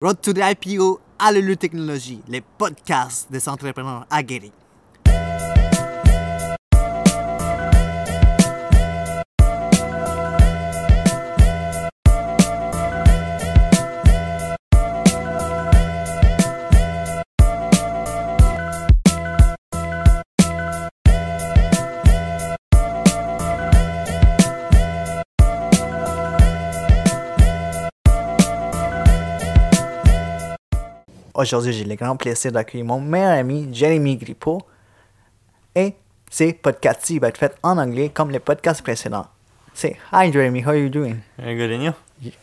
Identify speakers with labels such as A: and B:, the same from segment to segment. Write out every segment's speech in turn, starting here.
A: Road to the IPO à l'ELU Technologie, les podcasts des entrepreneurs aguerris. Aujourd'hui, j'ai le grand plaisir d'accueillir mon meilleur ami Jérémy Grippo. Et ces podcasts-ci vont être faits en anglais comme les podcasts précédents. Say, hi Jeremy, how are you doing?
B: Very good, and you?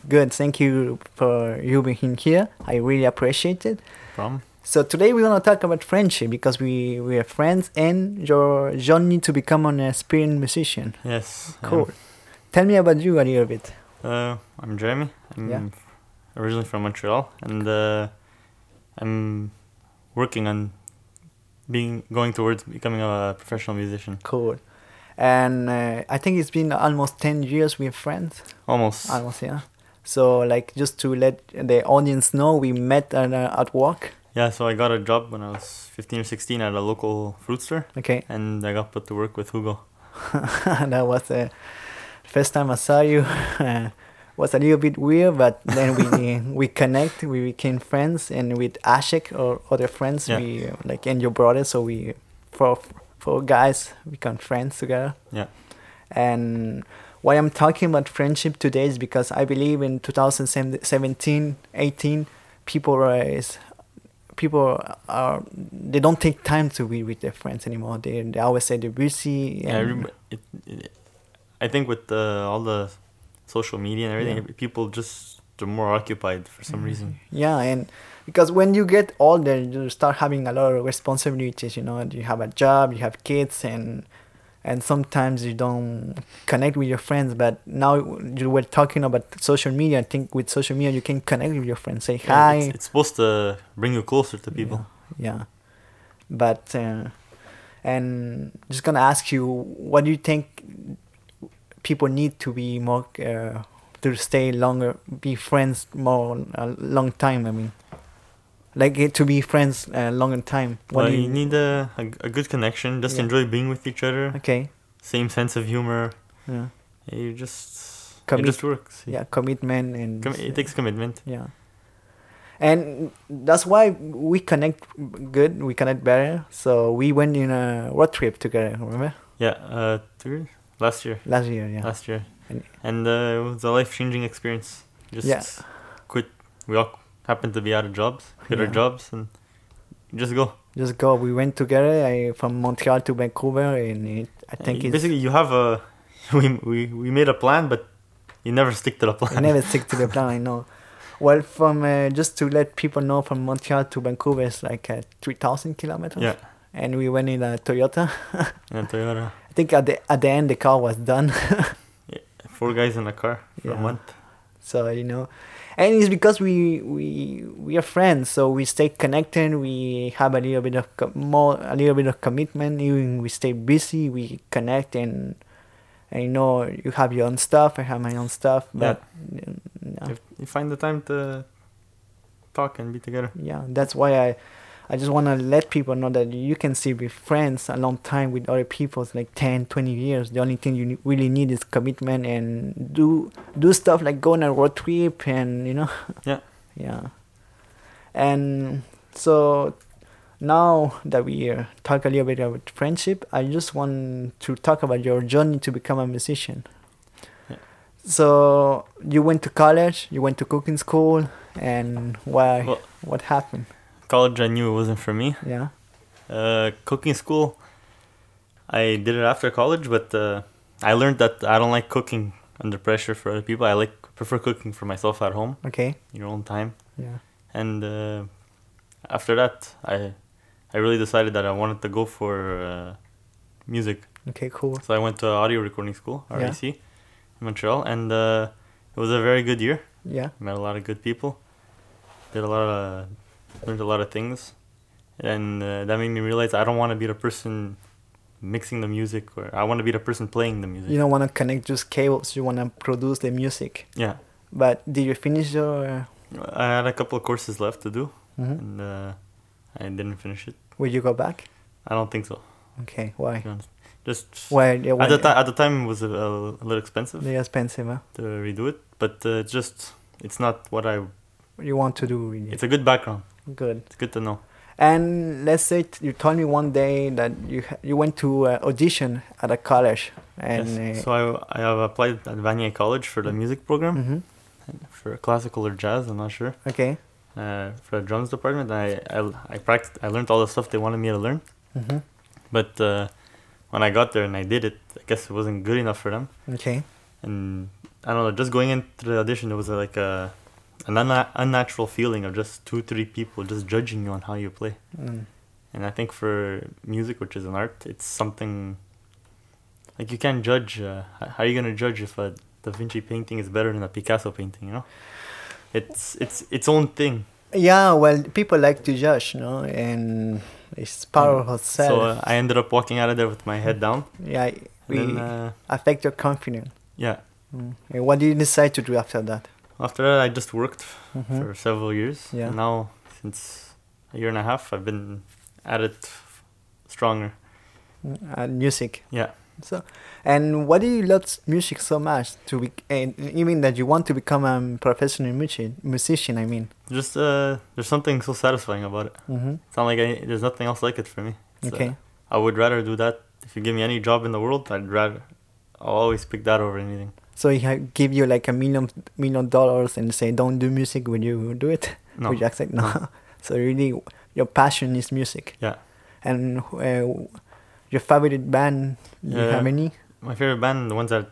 A: Good, thank you for you being here. I really appreciate it.
B: Problem?
A: So today we're going to talk about friendship because we, we are friends and your journey to become an experienced musician.
B: Yes. I am.
A: Cool. Tell me about you a little bit.
B: Uh, I'm Jeremy. I'm
A: Yeah.
B: originally from Montreal, and uh, I'm working on being going towards becoming a professional musician.
A: Cool. And uh, I think it's been almost 10 years we're friends.
B: Almost.
A: Almost, yeah. So, like, just to let the audience know, we met at, uh, at work.
B: yeah. So I got a job when I was 15 or 16 at a local fruit store,
A: Okay,
B: and I got put to work with Hugo.
A: that was the first time I saw you. was a little bit weird, but then we we connect, we became friends, and with Ashik or other friends,
B: Yeah.
A: we uh, like and your brother. So we four four guys become friends together.
B: Yeah.
A: And why I'm talking about friendship today is because I believe in 2017, 18, people are is people are they don't take time to be with their friends anymore. They, they always say they're busy.
B: Yeah.
A: and-
B: everyb- it, it, I think with uh, all the social media and everything, people just they're more occupied for
A: Mm-hmm.
B: some reason.
A: Yeah, and because when you get older, you start having a lot of responsibilities. You know, you have a job, you have kids, and and sometimes you don't connect with your friends. But now you were talking about social media. I think with social media, you can connect with your friends, say
B: Yeah,
A: hi.
B: It's, it's supposed to bring you closer to people.
A: Yeah, but uh, and just gonna ask you, what do you think people need to be more uh, to stay longer, be friends more a long time? I mean, like eh, to be friends a longer time. What
B: Well,
A: do
B: you, need a, a, a good connection. Just
A: Yeah.
B: enjoy being with each other.
A: okay,
B: Same sense of humor.
A: yeah,
B: You just
A: Commit-
B: it just works.
A: yeah, commitment and
B: Com- it takes commitment.
A: yeah. And that's why we connect good, we connect better. So we went in a road trip together, remember?
B: Yeah. Uh, through- last year.
A: Last year, yeah.
B: Last year.
A: And-
B: And uh, it was a life changing experience. Just
A: Yeah.
B: quit. We all happened to be out of jobs. Quit our
A: Yeah.
B: jobs and just go.
A: just go. We went together I, from Montreal to Vancouver, and it, I think
B: Uh,
A: it's
B: Basically, you have a we we we made a plan, but you never stick to the
A: I
B: plan.
A: never stick to the plan. I know. Well, from uh, just to let people know, from Montreal to Vancouver is like uh, three thousand kilometers.
B: Yeah.
A: And we went in a Toyota.
B: And Toyota.
A: I think at the at the end the car was done.
B: Four guys in a car for
A: Yeah.
B: a month.
A: so you know, and it's because we we we are friends, so we stay connected. We have a little bit of co- more a little bit of commitment. Even we stay busy. We connect and. And you know, you have your own stuff. I have my own stuff,
B: Yeah.
A: but mm, no.
B: If you find the time to talk and be together.
A: yeah that's why i i just want to let people know that you can stay with friends a long time with other people it's like 10 20 years the only thing you ne- really need is commitment and do do stuff like go on a road trip and you know
B: Yeah.
A: yeah and so now that we uh, talk a little bit about friendship i just want to talk about your journey to become a musician
B: Yeah.
A: so you went to college you went to cooking school and why
B: Well-
A: what happened
B: College, I knew it wasn't for me.
A: yeah.
B: Uh, cooking school, I did it after college, but uh, I learned that I don't like cooking under pressure for other people. I like prefer cooking for myself at home,
A: Okay.
B: in your own time.
A: Yeah.
B: And uh, after that, I I really decided that I wanted to go for uh, music.
A: Okay. Cool.
B: So I went to audio recording school,
A: Yeah.
B: REC, in Montreal, and uh, it was a very good year.
A: Yeah.
B: met a lot of good people did a lot of learned a lot of things and uh, that made me realize i don't want to be the person mixing the music or i want to be the person playing the music
A: You don't want to connect just cables. You want to produce the music.
B: yeah
A: But did you finish your? uh,
B: I had a couple of courses left to do,
A: hmm
B: and uh, I didn't finish it.
A: Will you go back?
B: I don't think so.
A: Okay,
B: to
A: why?
B: be honest. Just
A: Why? yeah, why
B: at the time, at the time it was a, a little expensive
A: they're expensive. Huh?
B: to redo it, but uh, it's just it's not what I.
A: You want to do really
B: It's a good background.
A: good.
B: It's good to know.
A: And let's say t- you told me one day that you ha- you went to uh, audition at a college and
B: yes.
A: uh,
B: So I I have applied at Vanier College for the music program
A: mhm,
B: for classical or jazz. I'm not sure.
A: okay.
B: Uh, for the drums department, I I I practiced. I learned all the stuff they wanted me to learn,
A: hmm
B: but uh, when I got there and I did it, I guess it wasn't good enough for them.
A: Okay.
B: and I don't know, just going into the audition, it was uh, like a an unna- unnatural feeling of just two, three people just judging you on how you play.
A: Mm.
B: And I think for music, which is an art, it's something like you can't judge. Uh, h- how are you gonna judge if a Da Vinci painting is better than a Picasso painting? You know, it's it's its own thing.
A: Yeah, well, people like to judge, no, and it's part of ourselves.
B: So uh, I ended up walking out of there with my head down.
A: yeah,
B: And
A: we
B: then, uh,
A: affect your confidence.
B: yeah.
A: Mm. And what do you decide to do after that?
B: After that, I just worked
A: Mhm.
B: for several years.
A: Yeah.
B: And now, since a year and a half, I've been at it f- stronger.
A: uh, music.
B: Yeah.
A: So, and why do you love s- music so much? To be, and you mean that you want to become a um, professional musician? Musician, I mean.
B: Just uh, there's something so satisfying about it.
A: Mm-hmm.
B: It's not like I, there's nothing else like it for me. It's, uh,
A: Okay.
B: I would rather do that. If you give me any job in the world, I'd rather. I'll always pick that over anything.
A: so he ha- give you like a million million dollars and say, "Don't do music. Will you do it?"
B: No.
A: Would you accept? No. so really, your passion is music.
B: Yeah.
A: And uh, your favorite band? Do you
B: Yeah.
A: have any?
B: My favorite band, the ones that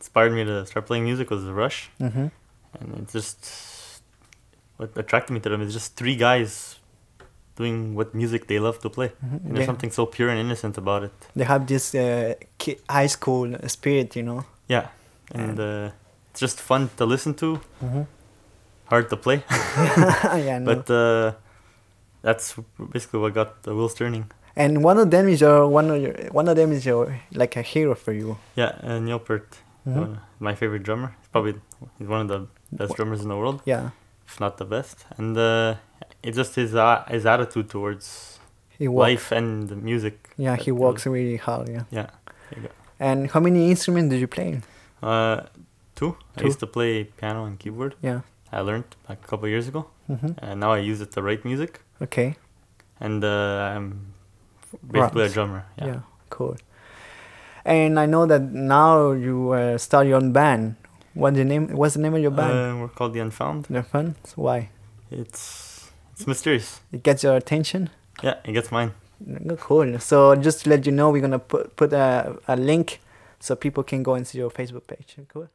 B: inspired me to start playing music, was The Rush,
A: Mm-hmm.
B: and it's just what attracted me to them is just three guys doing what music they love to play. And
A: hmm
B: there's something so pure and innocent about it.
A: They have this uh, ki- high school spirit, you know.
B: Yeah, and uh, it's just fun to listen to,
A: Mm-hmm.
B: hard to play,
A: yeah, I know.
B: but uh, that's basically what got the wheels turning.
A: And one of them is your one of your one of them is your like a hero for you.
B: Yeah, uh, Neil Peart,
A: Mhm.
B: uh, my favorite drummer. He's probably he's one of the best
A: Wha-
B: drummers in the world,
A: Yeah,
B: if not the best. And uh, it's just his uh, his attitude towards
A: he walks.
B: life and the music.
A: Yeah,
B: that
A: he
B: was-
A: works really hard. Yeah.
B: Yeah.
A: And how many instruments do you play?
B: Uh, two. I
A: Two.
B: used to play piano and keyboard.
A: Yeah.
B: I learned like a couple years ago,
A: Mm-hmm.
B: and now I use it to write music.
A: Okay.
B: and uh, I'm basically
A: Drums.
B: a drummer. Yeah.
A: Yeah. Cool. And I know that now you uh, start your own band. What's the name? What's the name of your band?
B: Uh, we're called the Unfound.
A: the fun. So why?
B: It's it's mysterious.
A: It gets your attention.
B: Yeah, it gets mine.
A: Mm, Cool. So just to let you know, we're gonna put put a, a link so people can go and see your Facebook page. Cool.